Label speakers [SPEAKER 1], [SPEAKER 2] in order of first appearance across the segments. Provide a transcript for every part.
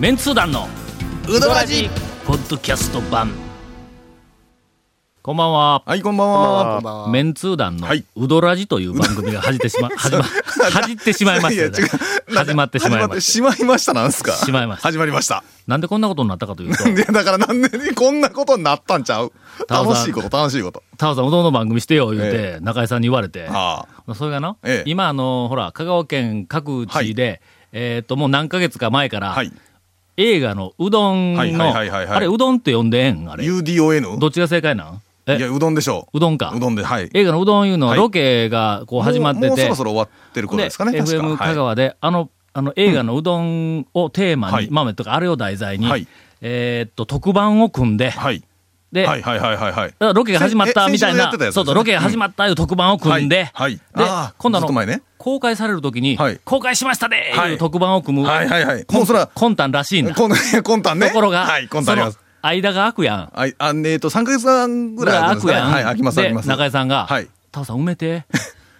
[SPEAKER 1] メンツー団の
[SPEAKER 2] うどらじ
[SPEAKER 1] ポッドキャスト版こんばんは
[SPEAKER 2] はいこんばん
[SPEAKER 3] こ
[SPEAKER 2] は
[SPEAKER 3] んばんは
[SPEAKER 1] メンツー団の
[SPEAKER 2] はいう
[SPEAKER 1] どらじという番組が始ってし ま始ま始ってしまいましたね始まってしまい
[SPEAKER 2] 始まっ
[SPEAKER 1] ま
[SPEAKER 2] て
[SPEAKER 1] し
[SPEAKER 2] しまいましたなんすか
[SPEAKER 1] しまいました
[SPEAKER 2] 始まりました
[SPEAKER 1] たなんでこんなことになったかというと
[SPEAKER 2] でだからなんでこんなことになったんちゃう
[SPEAKER 1] 田尾
[SPEAKER 2] 楽
[SPEAKER 1] さん
[SPEAKER 2] しいこと楽しいこと
[SPEAKER 1] タオさんうどんの番組してよ言うて中井さんに言われて
[SPEAKER 2] ああ
[SPEAKER 1] それがな、
[SPEAKER 2] ええ
[SPEAKER 1] 今あのほら香川県各地で、えっともう何ヶ月か前から、
[SPEAKER 2] はい
[SPEAKER 1] 映画のうどんの、
[SPEAKER 2] はいはいはいはいはい
[SPEAKER 1] あれうどんって呼んでええんあれ
[SPEAKER 2] UDON
[SPEAKER 1] どっちが正解なんえ
[SPEAKER 2] いやうどんでしょ
[SPEAKER 1] うどんか
[SPEAKER 2] ううどんではい
[SPEAKER 1] 映画のうどんいうのは
[SPEAKER 2] はい
[SPEAKER 1] ロケがこう始まってて、
[SPEAKER 2] もうもうそろそろ終わってることですかね確か
[SPEAKER 1] FM 香
[SPEAKER 2] は
[SPEAKER 1] 川で、あの、あの映画のうどんをテーマに、
[SPEAKER 2] はい
[SPEAKER 1] 豆とかあれを題材に、
[SPEAKER 2] はい
[SPEAKER 1] えーっと、特番を組んで、
[SPEAKER 2] いはい
[SPEAKER 1] で、
[SPEAKER 2] はいはいはいはいはい
[SPEAKER 1] だからロケが始まったみたい
[SPEAKER 2] 先週や
[SPEAKER 1] な、
[SPEAKER 2] ってたやつです
[SPEAKER 1] そ
[SPEAKER 2] ね
[SPEAKER 1] うそう、ロケが始まったいう特番を組んで、
[SPEAKER 2] はいはい
[SPEAKER 1] で
[SPEAKER 2] ああ、
[SPEAKER 1] 今度あ
[SPEAKER 2] ずっと
[SPEAKER 1] の、
[SPEAKER 2] 前ね
[SPEAKER 1] 公開されるときに、
[SPEAKER 2] はい
[SPEAKER 1] 公開しましたでー
[SPEAKER 2] は
[SPEAKER 1] いう
[SPEAKER 2] い
[SPEAKER 1] 特番を組む、
[SPEAKER 2] はいはいはいもうそら
[SPEAKER 1] コンタンらしいんだ。
[SPEAKER 2] こんコンタン ね
[SPEAKER 1] ところが、
[SPEAKER 2] はいコンタンあります
[SPEAKER 1] その間が空くやん。
[SPEAKER 2] はいあえっと3ヶ月間ぐらいあるんですかね
[SPEAKER 1] 空くやん。
[SPEAKER 2] はい開きます開
[SPEAKER 1] で、
[SPEAKER 2] きます
[SPEAKER 1] 中井さんが、
[SPEAKER 2] はい
[SPEAKER 1] タオさん埋めて、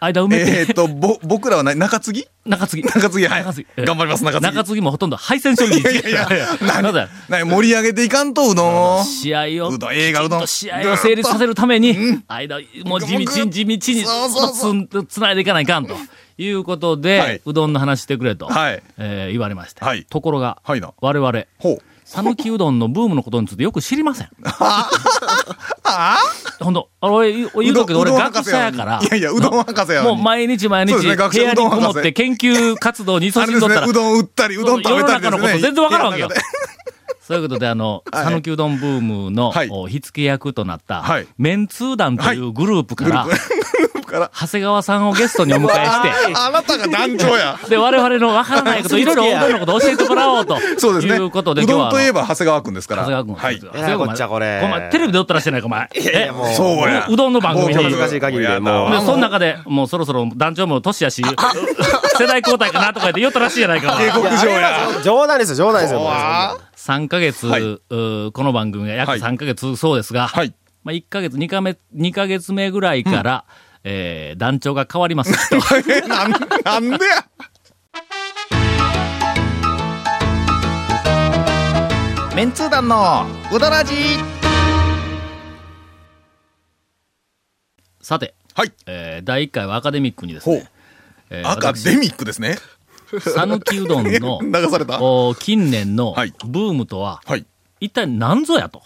[SPEAKER 1] 間埋めて、
[SPEAKER 2] えーっとぼ僕らはな中継ぎ
[SPEAKER 1] 中継ぎ。
[SPEAKER 2] 中継ぎはい
[SPEAKER 1] 中継ぎ
[SPEAKER 2] 頑張ります中継ぎ
[SPEAKER 1] 中継ぎもほとんど敗戦処理に近い。
[SPEAKER 2] いやいやいや
[SPEAKER 1] なぜ
[SPEAKER 2] な盛り上げていかんとうどんを
[SPEAKER 1] 試合を、
[SPEAKER 2] うどん映画うどん
[SPEAKER 1] きちっと試合を成立させるために、間、もう地道に地道にち
[SPEAKER 2] そうそうそ
[SPEAKER 1] ょっとつ、つないでいかないかんと。いうことで、
[SPEAKER 2] はいう
[SPEAKER 1] どんの話してくれと、
[SPEAKER 2] はい
[SPEAKER 1] えー言われまして。
[SPEAKER 2] はい
[SPEAKER 1] ところが、
[SPEAKER 2] はいな
[SPEAKER 1] 我々、
[SPEAKER 2] ほう
[SPEAKER 1] 讃岐うどんのブームのことについてよく知りま せん。ほんと、あの、俺言う言うとくけど、
[SPEAKER 2] う
[SPEAKER 1] 俺
[SPEAKER 2] どん
[SPEAKER 1] 学者やから
[SPEAKER 2] い。やいやうどん博士やの
[SPEAKER 1] もう
[SPEAKER 2] に
[SPEAKER 1] 毎日毎
[SPEAKER 2] そう
[SPEAKER 1] 日、
[SPEAKER 2] ですね学
[SPEAKER 1] 部
[SPEAKER 2] 者
[SPEAKER 1] 屋
[SPEAKER 2] う
[SPEAKER 1] に
[SPEAKER 2] どん
[SPEAKER 1] こ
[SPEAKER 2] 博士
[SPEAKER 1] もって研究活動に勤
[SPEAKER 2] あ
[SPEAKER 1] し
[SPEAKER 2] れ
[SPEAKER 1] ん
[SPEAKER 2] で
[SPEAKER 1] ど
[SPEAKER 2] す
[SPEAKER 1] っ
[SPEAKER 2] ね
[SPEAKER 1] たら
[SPEAKER 2] う、どん売ったりうどん食べたりで
[SPEAKER 1] 世の中
[SPEAKER 2] すね
[SPEAKER 1] のこと全然わからんわけよ
[SPEAKER 2] いや
[SPEAKER 1] そういうことで、あの、
[SPEAKER 2] はい
[SPEAKER 1] 讃岐うどんブームの、
[SPEAKER 2] はい
[SPEAKER 1] お火付け役となった、
[SPEAKER 2] はい
[SPEAKER 1] メンツー団というグループから、
[SPEAKER 2] グル中から
[SPEAKER 1] 長谷川さんをゲストにお迎えし
[SPEAKER 2] ああなたが団長や
[SPEAKER 1] て、で、我々のわから ないこと、いろいろおどんのこと教えてもらおうと。
[SPEAKER 2] そうですね
[SPEAKER 1] いうことで、
[SPEAKER 2] う
[SPEAKER 1] 今日は
[SPEAKER 2] どん
[SPEAKER 1] あの。
[SPEAKER 2] といえば長谷川君ですから
[SPEAKER 1] 長谷川君。
[SPEAKER 2] はい
[SPEAKER 1] 長
[SPEAKER 2] そ
[SPEAKER 1] 谷川君
[SPEAKER 3] えらいこっちゃこれ
[SPEAKER 1] お前、テレビでおったらしてないか、お前。
[SPEAKER 3] いやいやもう
[SPEAKER 2] うや
[SPEAKER 1] ううどんの番組に
[SPEAKER 2] もう
[SPEAKER 3] 恥ずかしい限りでもう
[SPEAKER 1] で、
[SPEAKER 2] や
[SPEAKER 1] その中で、もうそろそろ団長も年やし、世代交代かなとか言って言ったらしいじゃないか、お前
[SPEAKER 2] 下克上や
[SPEAKER 3] 冗談ですよ冗談ですよ
[SPEAKER 2] わ
[SPEAKER 1] 3ヶ月、
[SPEAKER 2] はいう
[SPEAKER 1] ーこの番組が約
[SPEAKER 2] はい
[SPEAKER 1] 3ヶ月そうですが、
[SPEAKER 2] はい
[SPEAKER 1] まあ1ヶ月、2ヶ月、2ヶ月目ぐらいから、えー団長が変わります。
[SPEAKER 2] ーなんなんでやメンツー団のうどらじ
[SPEAKER 1] さて、
[SPEAKER 2] はい
[SPEAKER 1] えー第1回はアカデミックにです
[SPEAKER 2] ほ
[SPEAKER 1] ね
[SPEAKER 2] う、
[SPEAKER 1] えー
[SPEAKER 2] アカデミックですね
[SPEAKER 1] 私讃岐うど んの
[SPEAKER 2] 流されたは
[SPEAKER 1] お近年のブ
[SPEAKER 2] はい
[SPEAKER 1] ームとは、
[SPEAKER 2] い
[SPEAKER 1] 一体何ぞやと。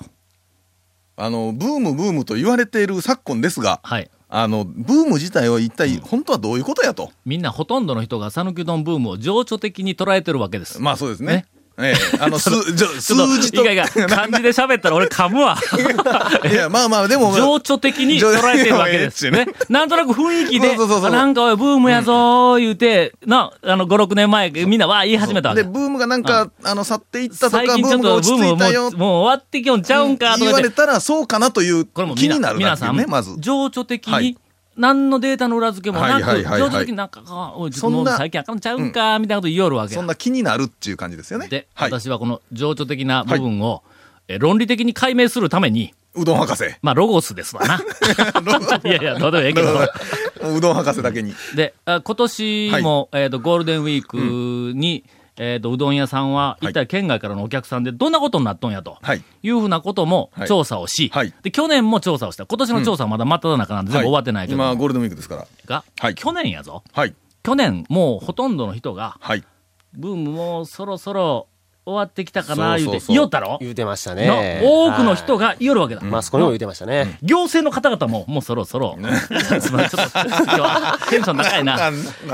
[SPEAKER 2] あのブームブームと言われている昨今ですが
[SPEAKER 1] はい。
[SPEAKER 2] あのブーム自体は一体本当はどういうことやと
[SPEAKER 1] みんなほとんどの人が讃岐うどんブームを情緒的に捉えてるわけです。
[SPEAKER 2] まあそうです
[SPEAKER 1] ね
[SPEAKER 2] ね。ええ、あ の、数じょ
[SPEAKER 1] ちょっ
[SPEAKER 2] 数字と。
[SPEAKER 1] いやいや、漢字で喋ったら俺噛むわ。
[SPEAKER 2] いや、まあまあ、でも、
[SPEAKER 1] 情緒的に捉えてるわけです。
[SPEAKER 2] 情緒
[SPEAKER 1] ね。なんとなく雰囲気で、
[SPEAKER 2] そうそうそうそう
[SPEAKER 1] あなんかおい、ブームやぞー言うて、な、あの、5、6年前、みんなわー言い始めたわ
[SPEAKER 2] で、
[SPEAKER 1] け。
[SPEAKER 2] ブームがなんか、あの、去っていったとか、
[SPEAKER 1] 最
[SPEAKER 2] ブ
[SPEAKER 1] 近ち
[SPEAKER 2] ー
[SPEAKER 1] ょっ
[SPEAKER 2] ムが
[SPEAKER 1] とブ
[SPEAKER 2] 落
[SPEAKER 1] ーム
[SPEAKER 2] ち着いた
[SPEAKER 1] も
[SPEAKER 2] よ
[SPEAKER 1] う、。もう終わってきょんちゃうんか、と
[SPEAKER 2] 言
[SPEAKER 1] か
[SPEAKER 2] わ
[SPEAKER 1] 言
[SPEAKER 2] れ
[SPEAKER 1] って。
[SPEAKER 2] たら、そうかなという、
[SPEAKER 1] これもみ
[SPEAKER 2] 気
[SPEAKER 1] ん
[SPEAKER 2] に
[SPEAKER 1] な、
[SPEAKER 2] なるわ
[SPEAKER 1] 皆
[SPEAKER 2] け
[SPEAKER 1] さ
[SPEAKER 2] よ
[SPEAKER 1] ん
[SPEAKER 2] ね、まず。、
[SPEAKER 1] 情緒的
[SPEAKER 2] は
[SPEAKER 1] に
[SPEAKER 2] い、
[SPEAKER 1] 何のデータの裏付けもな
[SPEAKER 2] はいは
[SPEAKER 1] く、
[SPEAKER 2] いはい
[SPEAKER 1] 情
[SPEAKER 2] はい
[SPEAKER 1] 緒的になんか、あおい、ちょっ
[SPEAKER 2] そ
[SPEAKER 1] と
[SPEAKER 2] んな
[SPEAKER 1] もう最近あかんちゃうんか、みたいなこと言いよるわけ
[SPEAKER 2] そ
[SPEAKER 1] や
[SPEAKER 2] ん。な気になるっていう感じですよね。
[SPEAKER 1] で、
[SPEAKER 2] はい。
[SPEAKER 1] 私はこの情緒的な部分を、え論理的に解明するために、
[SPEAKER 2] うどん博士。
[SPEAKER 1] まあ、ロゴスですわ な。 いやいや、どうでもいいけど。
[SPEAKER 2] うどん博士だけに。
[SPEAKER 1] で、あ今年も、えっ、と、ゴールデンウィークに、えっ、と、うどん屋さんは、
[SPEAKER 2] はい
[SPEAKER 1] 一体県外からのお客さんでどんなことになっとんやと。
[SPEAKER 2] はいい。
[SPEAKER 1] うふうなことも
[SPEAKER 2] はい
[SPEAKER 1] 調査をし、
[SPEAKER 2] はい
[SPEAKER 1] で、去年も調査をした。今年の調査はまだ真っ只中なんで、全部終わってないけども、
[SPEAKER 2] 今、ゴールデンウィークですから。
[SPEAKER 1] が、
[SPEAKER 2] はい
[SPEAKER 1] 去年やぞ。
[SPEAKER 2] はい。
[SPEAKER 1] 去年、もうほとんどの人が、
[SPEAKER 2] はい。
[SPEAKER 1] ブームもうそろそろ終わってきたかな、言う
[SPEAKER 2] そうそ
[SPEAKER 1] て
[SPEAKER 2] う、そう
[SPEAKER 1] 言おったろ、
[SPEAKER 3] 言うてました
[SPEAKER 1] な
[SPEAKER 3] ね
[SPEAKER 1] 多くの人
[SPEAKER 3] は
[SPEAKER 1] が言おるわけだ。
[SPEAKER 3] いマスコミも言うてましたね
[SPEAKER 1] 行政の方々も、もうそろそろ、つまりちょっと、今日はテンション高い な。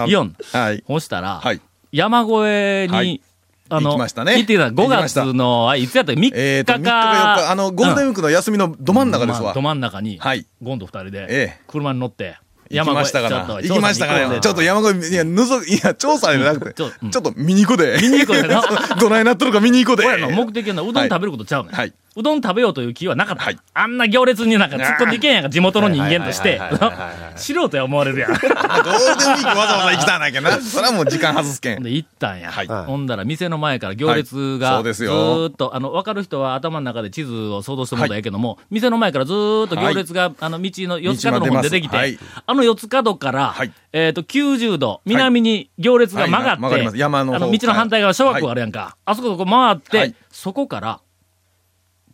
[SPEAKER 1] イオン。
[SPEAKER 2] はい。
[SPEAKER 1] ほしたら、
[SPEAKER 2] はい。
[SPEAKER 1] 山越えに、
[SPEAKER 2] はい
[SPEAKER 1] あの、
[SPEAKER 2] 行きましたね
[SPEAKER 1] 行ってきた5
[SPEAKER 2] 行きました
[SPEAKER 1] 月の、あいつやったっけ3日か、
[SPEAKER 2] えっと、3日か4日、あの、ゴールデンウィークの休みのど真ん中です
[SPEAKER 1] まあ
[SPEAKER 2] わ
[SPEAKER 1] ど。真ん中に、
[SPEAKER 2] はい
[SPEAKER 1] ゴンド2人で、
[SPEAKER 2] ええ
[SPEAKER 1] 車に乗って、
[SPEAKER 2] 行きましたか
[SPEAKER 1] ちょ
[SPEAKER 2] ら
[SPEAKER 1] っと。
[SPEAKER 2] 行きましたか
[SPEAKER 1] 調査
[SPEAKER 2] ら。
[SPEAKER 1] に
[SPEAKER 2] ち
[SPEAKER 1] 行
[SPEAKER 2] ょ
[SPEAKER 1] こ
[SPEAKER 2] っ
[SPEAKER 1] う
[SPEAKER 2] と
[SPEAKER 1] ぜ
[SPEAKER 2] 山越え、いや、のぞ、いや、調査じゃなくて、
[SPEAKER 1] ち
[SPEAKER 2] ち
[SPEAKER 1] ょ
[SPEAKER 2] ょ
[SPEAKER 1] うん
[SPEAKER 2] っと見に行こうで。
[SPEAKER 1] 見に行こうぜな
[SPEAKER 2] どないなっとるか見に行こうで。
[SPEAKER 1] 俺らの目的はなうどん食べることちゃうねん、
[SPEAKER 2] はいう
[SPEAKER 1] どん食べようという気はなかった。
[SPEAKER 2] はい
[SPEAKER 1] あんな行列になんか突っ込んでいけんやんか、地元の人間として
[SPEAKER 3] はいはいはいはいはいはい。
[SPEAKER 1] 素人や思われるやん。
[SPEAKER 2] ゴールデンウィークわざわざ行きたいなきゃな。それはもう時間外すけん。
[SPEAKER 1] で、行ったんや。
[SPEAKER 2] はい
[SPEAKER 1] ほんだら、店の前から行列
[SPEAKER 2] はい
[SPEAKER 1] が、
[SPEAKER 2] そうで
[SPEAKER 1] ず
[SPEAKER 2] すよ
[SPEAKER 1] ーっと、あの、わかる人は頭の中で地図を想像してもらったらええけども、店の前からずーっと行列が、あの、道の四つ角の方に出てきて、
[SPEAKER 2] 道まで出ます
[SPEAKER 1] あのの四つ角から、
[SPEAKER 2] はい
[SPEAKER 1] えっ、と、90度、南に行列が曲がって、
[SPEAKER 2] はいはい曲がります山の方
[SPEAKER 1] あ道の反対側、小学校があるやんか。あそこをこう回って、
[SPEAKER 2] はい
[SPEAKER 1] そこから、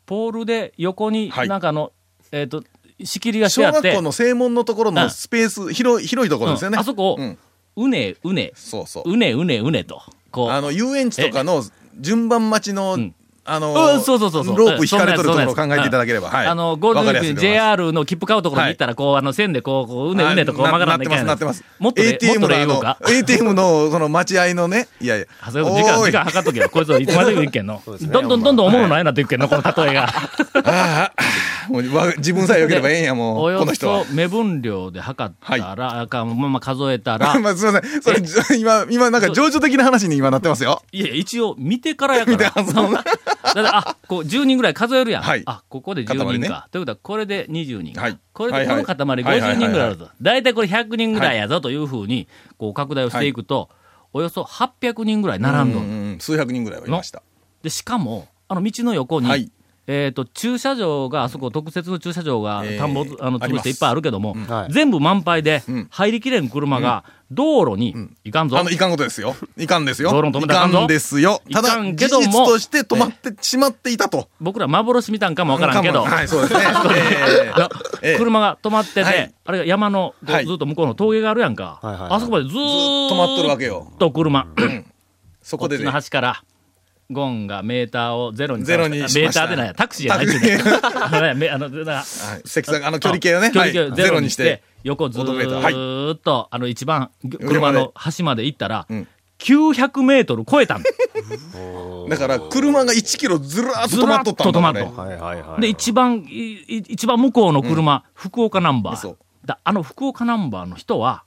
[SPEAKER 1] ポールで横に、
[SPEAKER 2] はい
[SPEAKER 1] なんかあの、えっ、と、仕切りがしてあ
[SPEAKER 2] 小
[SPEAKER 1] って、
[SPEAKER 2] 学校の正門のところ
[SPEAKER 1] う
[SPEAKER 2] の
[SPEAKER 1] ん
[SPEAKER 2] スペース、広い、広いところですよね。
[SPEAKER 1] うんあそこを
[SPEAKER 2] うん。
[SPEAKER 1] うねうね、
[SPEAKER 2] そうそう。
[SPEAKER 1] うねうねうねと、こう。
[SPEAKER 2] あの、遊園地とかの順番待ちの
[SPEAKER 1] ん、
[SPEAKER 2] あの
[SPEAKER 1] うん、そうそうそうそう。
[SPEAKER 2] ロープ引かれとるところ
[SPEAKER 1] う
[SPEAKER 2] を
[SPEAKER 1] ん
[SPEAKER 2] 考
[SPEAKER 1] そんな
[SPEAKER 2] え
[SPEAKER 1] やつ
[SPEAKER 2] ていただければ。
[SPEAKER 1] うん
[SPEAKER 2] はい。
[SPEAKER 1] あの、ゴールデンウィークに
[SPEAKER 2] わかりやすいと思います
[SPEAKER 1] JR の切符買うところに行ったら、こう、あの、線でこう、こう、うねうねとこう
[SPEAKER 2] あ
[SPEAKER 1] 曲がらな
[SPEAKER 2] って
[SPEAKER 1] き
[SPEAKER 2] ま
[SPEAKER 1] ゃい
[SPEAKER 2] す、
[SPEAKER 1] け
[SPEAKER 2] な
[SPEAKER 1] な
[SPEAKER 2] ってます。
[SPEAKER 1] もっとで、もっ
[SPEAKER 2] ATM
[SPEAKER 1] と
[SPEAKER 2] の
[SPEAKER 1] で
[SPEAKER 2] あ
[SPEAKER 1] 言う
[SPEAKER 2] の
[SPEAKER 1] か。、
[SPEAKER 2] ATM のその待合のね、いやいや。
[SPEAKER 1] 長谷川君時間、
[SPEAKER 2] おーい
[SPEAKER 1] 時間計っとけよ。こいつはいつまでもいけんの。
[SPEAKER 3] うですね
[SPEAKER 1] どんどんどんどんおもろないなっていくけんの、この例えが。
[SPEAKER 2] もうわ自分さえ良ければええんや、も
[SPEAKER 1] お
[SPEAKER 2] う。こ
[SPEAKER 1] よ
[SPEAKER 2] の人は
[SPEAKER 1] そ。目分量で測ったら、あかまあまあ数えたら
[SPEAKER 2] 、まあ、すみません。それ、じょ今、今、なんか情緒的な話に今なってますよ。
[SPEAKER 1] いや、一応見てからや から。
[SPEAKER 2] 見てからそう
[SPEAKER 1] だってあ、こう、10人ぐらい数えるやん。
[SPEAKER 2] はい
[SPEAKER 1] あ、ここで
[SPEAKER 2] 塊
[SPEAKER 1] 10人
[SPEAKER 2] ね
[SPEAKER 1] か。ということは、これで20人か。
[SPEAKER 2] はい
[SPEAKER 1] これ
[SPEAKER 2] は
[SPEAKER 1] で
[SPEAKER 2] い
[SPEAKER 1] こ
[SPEAKER 2] は
[SPEAKER 1] の
[SPEAKER 2] い
[SPEAKER 1] 塊
[SPEAKER 2] はいは
[SPEAKER 1] 50
[SPEAKER 2] いはいは
[SPEAKER 1] 人
[SPEAKER 2] い
[SPEAKER 1] ぐらいあるぞ。大体これ100人ぐらいやぞというふうに、こう、拡大をしていくと、およそ800人ぐらい並んど
[SPEAKER 2] う
[SPEAKER 1] る。
[SPEAKER 2] んうん数百人ぐらいはいました。
[SPEAKER 1] で、しかも、あの道の横に、
[SPEAKER 2] はい
[SPEAKER 1] えっ、と、駐車場が、あそこ特設の駐車場が、
[SPEAKER 2] えー
[SPEAKER 1] 田んぼ、あの、
[SPEAKER 2] あり
[SPEAKER 1] 潰し
[SPEAKER 2] ます
[SPEAKER 1] ていっぱいあるけども、
[SPEAKER 3] はい
[SPEAKER 1] 全部満杯で
[SPEAKER 2] ん、
[SPEAKER 1] 入りきれん車が、道路に、いかんぞ。
[SPEAKER 2] あの、いかんことですよ。いかんですよ。
[SPEAKER 1] 道路に止めたらあかんぞ
[SPEAKER 2] いかんですよ。た
[SPEAKER 1] いか
[SPEAKER 2] だ、
[SPEAKER 1] ん
[SPEAKER 2] 事
[SPEAKER 1] けども
[SPEAKER 2] 実として止まってしまっていたと。
[SPEAKER 1] 僕ら幻見たんかもわからんけど、
[SPEAKER 2] かもはい、そうで すね。え
[SPEAKER 1] いや
[SPEAKER 2] ええ
[SPEAKER 1] 車が止まってて、
[SPEAKER 2] はい
[SPEAKER 1] あれが山のこう
[SPEAKER 2] はい
[SPEAKER 1] ずっと向こうの峠があるやんか、
[SPEAKER 3] はいはいはい
[SPEAKER 1] あそこまでずーっと
[SPEAKER 2] ずっと待っとるわけよ
[SPEAKER 1] と車、
[SPEAKER 2] そ
[SPEAKER 1] こ
[SPEAKER 2] こ
[SPEAKER 1] っ
[SPEAKER 2] で
[SPEAKER 1] ち
[SPEAKER 2] ね
[SPEAKER 1] の。端から。ゴンがメーターをゼロに
[SPEAKER 2] ゼロにし
[SPEAKER 1] メ
[SPEAKER 2] ま
[SPEAKER 1] ー
[SPEAKER 2] し
[SPEAKER 1] タ
[SPEAKER 2] た
[SPEAKER 1] ーでないやタクシーじゃない
[SPEAKER 2] タクシー
[SPEAKER 1] ってねめあのな
[SPEAKER 2] はい積算、あの、距離計をね、
[SPEAKER 1] 距離計
[SPEAKER 2] は
[SPEAKER 1] を
[SPEAKER 2] い
[SPEAKER 1] ゼ
[SPEAKER 2] ゼ
[SPEAKER 1] ロ
[SPEAKER 2] ロ
[SPEAKER 1] に
[SPEAKER 2] に
[SPEAKER 1] し、
[SPEAKER 2] してて。
[SPEAKER 1] 横ずーっと、あの一番車
[SPEAKER 2] まで
[SPEAKER 1] の端まで行ったら、
[SPEAKER 2] ん
[SPEAKER 1] 900メートル超えたんで
[SPEAKER 2] だから、車が1キロずらーっと止まっとったんだもんね
[SPEAKER 1] ずらっと止まっと
[SPEAKER 3] はいはいはい。
[SPEAKER 1] で、一番、いい一番向こうの車、福岡ナンバー
[SPEAKER 2] そう。
[SPEAKER 1] だあの福岡ナンバーの人は、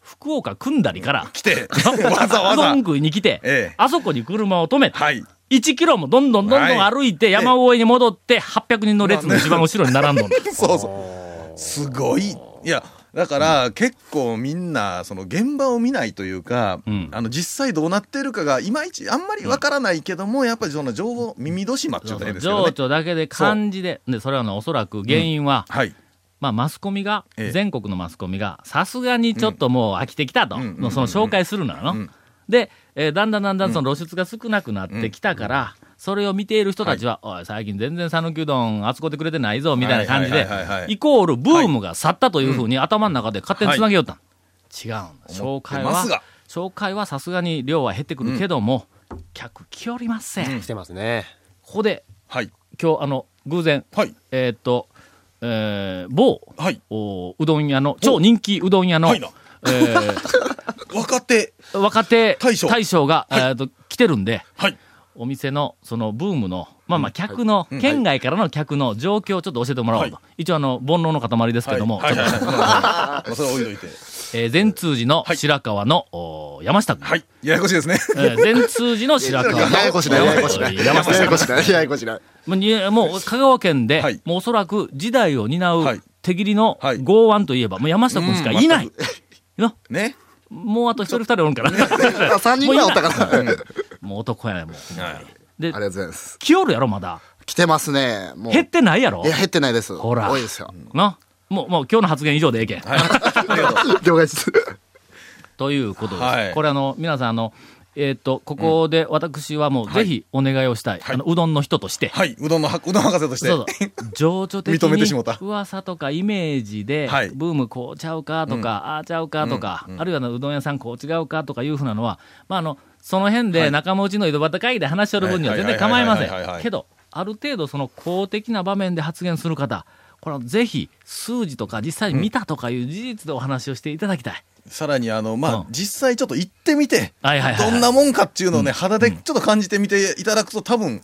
[SPEAKER 1] 福岡組んだりから、
[SPEAKER 2] 来て、 わざわ
[SPEAKER 1] うど
[SPEAKER 2] ざ
[SPEAKER 1] ん。食いに来て、
[SPEAKER 2] ええ
[SPEAKER 1] あそこに車を止めて、
[SPEAKER 2] はい。
[SPEAKER 1] 1キロもどんどんどんどん
[SPEAKER 2] はい
[SPEAKER 1] 歩いて、山越えに戻って、800人の列の一番後ろに並んど んの。
[SPEAKER 2] そうそう。すごい。いや、だから結構みんな、その現場を見ないというか、
[SPEAKER 1] ん
[SPEAKER 2] あの実際どうなってるかがいまいちあんまりわからないけども、やっぱりその情報、耳戸島っていう
[SPEAKER 1] そ
[SPEAKER 2] の
[SPEAKER 1] うそ
[SPEAKER 2] がいういですよ
[SPEAKER 1] 情
[SPEAKER 2] ね。
[SPEAKER 1] 緒だけで漢字で、で、それはねおそらく原因は、
[SPEAKER 2] はい。
[SPEAKER 1] まあ、マスコミが、
[SPEAKER 2] ええ
[SPEAKER 1] 全国のマスコミが、さすがにちょっともう飽きてきたと、
[SPEAKER 2] うん
[SPEAKER 1] のその紹介するのよな、
[SPEAKER 2] うん
[SPEAKER 1] で、えーだんだんだんだんその露出が少なくなってきたから、それを見ている人たちは、おい、最近全然讃岐うどん扱ってくれてないぞ、みたいな感じで
[SPEAKER 2] はいはいはいは、い
[SPEAKER 1] イコールブームが去ったというふうに頭の中で勝手につなげようったん、違うんだ。紹介
[SPEAKER 2] 思って
[SPEAKER 1] は
[SPEAKER 2] ますが、
[SPEAKER 1] 紹介はさすがに量は減ってくるけども、客来おりません。
[SPEAKER 3] 来てますね。
[SPEAKER 1] ここで、
[SPEAKER 2] はい。
[SPEAKER 1] 今日、あの、偶然、
[SPEAKER 2] はい。
[SPEAKER 1] えーっと、えー、某、
[SPEAKER 2] はい。
[SPEAKER 1] おうどん屋の、超人気うどん屋の、
[SPEAKER 2] はいな
[SPEAKER 1] えー
[SPEAKER 2] 若手。
[SPEAKER 1] 若手
[SPEAKER 2] 大将
[SPEAKER 1] が、えーと来てるんで、
[SPEAKER 2] はい。
[SPEAKER 1] お店の、その、ブームの、まあまあ、客の、県外からの客の状況をちょっと教えてもらおうと。
[SPEAKER 2] は
[SPEAKER 1] 一応、あの、煩悩の塊ですけども、
[SPEAKER 2] はい。
[SPEAKER 1] ちょっと
[SPEAKER 2] はい。それは置いといて。
[SPEAKER 1] えー善通寺の
[SPEAKER 2] はい
[SPEAKER 1] 白川の、お山下君。
[SPEAKER 2] はい。ややこしいですね。
[SPEAKER 1] えー善通寺の白川の
[SPEAKER 3] ややこしない、ややこしない。
[SPEAKER 1] 山下
[SPEAKER 3] ややこしない、ややこしない。
[SPEAKER 1] もうにもう香川県で、
[SPEAKER 2] はい
[SPEAKER 1] もうおそらく時代を担
[SPEAKER 2] は
[SPEAKER 1] う
[SPEAKER 2] い
[SPEAKER 1] 手切りの
[SPEAKER 2] はい
[SPEAKER 1] 剛腕といえば、もう山下君しかいない。 な
[SPEAKER 2] ね。
[SPEAKER 1] もうあと一人二人おるんから。
[SPEAKER 3] あ3人ぐらいおったから。ありがと
[SPEAKER 1] もう男やねもう。で、
[SPEAKER 3] うございます。
[SPEAKER 1] 来よるやろ、まだ。
[SPEAKER 3] 来てますね。もう。
[SPEAKER 1] 減ってないやろ
[SPEAKER 3] いや、減ってないです。
[SPEAKER 1] ほら
[SPEAKER 3] 多いですよ。
[SPEAKER 1] な。もう、もう今日の発言以上でええけん。
[SPEAKER 3] 了解です。
[SPEAKER 1] ということです。
[SPEAKER 2] はい
[SPEAKER 1] これあの、皆さんあの、えっ、と、ここで私はもうぜひお願いをしたい。
[SPEAKER 2] はい
[SPEAKER 1] あの、うどんの人として。
[SPEAKER 2] はい。うどんのは、うどん博士として。
[SPEAKER 1] そう そう。情緒的
[SPEAKER 2] 認めてしもう
[SPEAKER 1] に
[SPEAKER 2] た
[SPEAKER 1] 噂とかイメージで、
[SPEAKER 2] はい
[SPEAKER 1] ブームこうちゃうかとか、ああちゃうかとか、あるいはあのうどん屋さんこう違うかとかいうふうなのは、まああの、その辺で仲間内の井戸端会議で話しとる分には
[SPEAKER 2] はい
[SPEAKER 1] 全然構いませ
[SPEAKER 2] はいはいはいはいは
[SPEAKER 1] ん。
[SPEAKER 2] い
[SPEAKER 1] けど、ある程度その公的な場面で発言する方、これはぜひ数字とか実際に見たとかいう事実でお話をしていただきたい。
[SPEAKER 2] さらに、あの、ま
[SPEAKER 1] うん
[SPEAKER 2] あ、実際ちょっと行ってみて、
[SPEAKER 1] はいはいはいはい
[SPEAKER 2] どんなもんかっていうのをね、肌でちょっと感じてみていただくと、多分、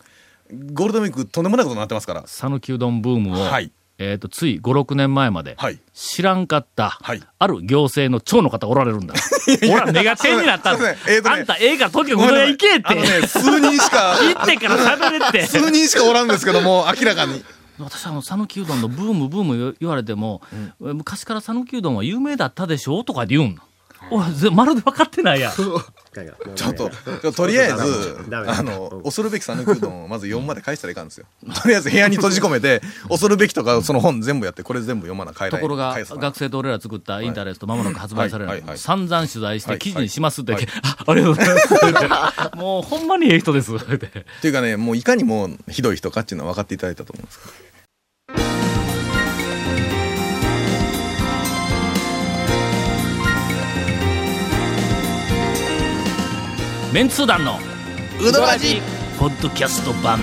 [SPEAKER 2] ゴールデンウィークとんでもないことになってますから。
[SPEAKER 1] 讃岐うどんブームを、
[SPEAKER 2] はい
[SPEAKER 1] えっ、と、つい5、6年前まで、
[SPEAKER 2] はい。
[SPEAKER 1] 知らんかった、
[SPEAKER 2] はい
[SPEAKER 1] ある行政の長の方おられるんだ。 ほら、ネガテンになったの。
[SPEAKER 2] すいませんえーとね
[SPEAKER 1] あんた、ええから東京うどん屋行けって。
[SPEAKER 2] あのね、数人 しか、
[SPEAKER 1] 行ってから喋れ って。
[SPEAKER 2] 数人しかおらんですけども、明らかに。
[SPEAKER 1] 私、あの、讃岐うどんのブーム、ブーム言われても、昔から讃岐うどんは有名だったでしょとか言うんの。おいぜまるで分かってない やん。
[SPEAKER 2] ちょっと、ちょとりあえず、
[SPEAKER 4] ダメ
[SPEAKER 2] あ
[SPEAKER 4] う
[SPEAKER 2] の
[SPEAKER 4] ん、
[SPEAKER 2] 恐るべき讃岐うどんをまず4まで返したらいかんですよ。とりあえず部屋に閉じ込めて、恐るべきとかその本全部やって、これ全部読まな帰ら
[SPEAKER 1] ところが、
[SPEAKER 2] 返さな
[SPEAKER 1] 学生と俺ら作ったインターレスト、まもなく発売される、
[SPEAKER 2] はいはいはい
[SPEAKER 1] 散々取材し
[SPEAKER 2] は
[SPEAKER 1] て
[SPEAKER 2] い
[SPEAKER 1] 記事にしますって、あありがとうございます。 もう、ほんまにええ人です。 って
[SPEAKER 2] っていうかね、もういかにもひどい人かっていうのは分かっていただいたと思うんですけど
[SPEAKER 1] メンツー団の、うどらじポッドキャスト版、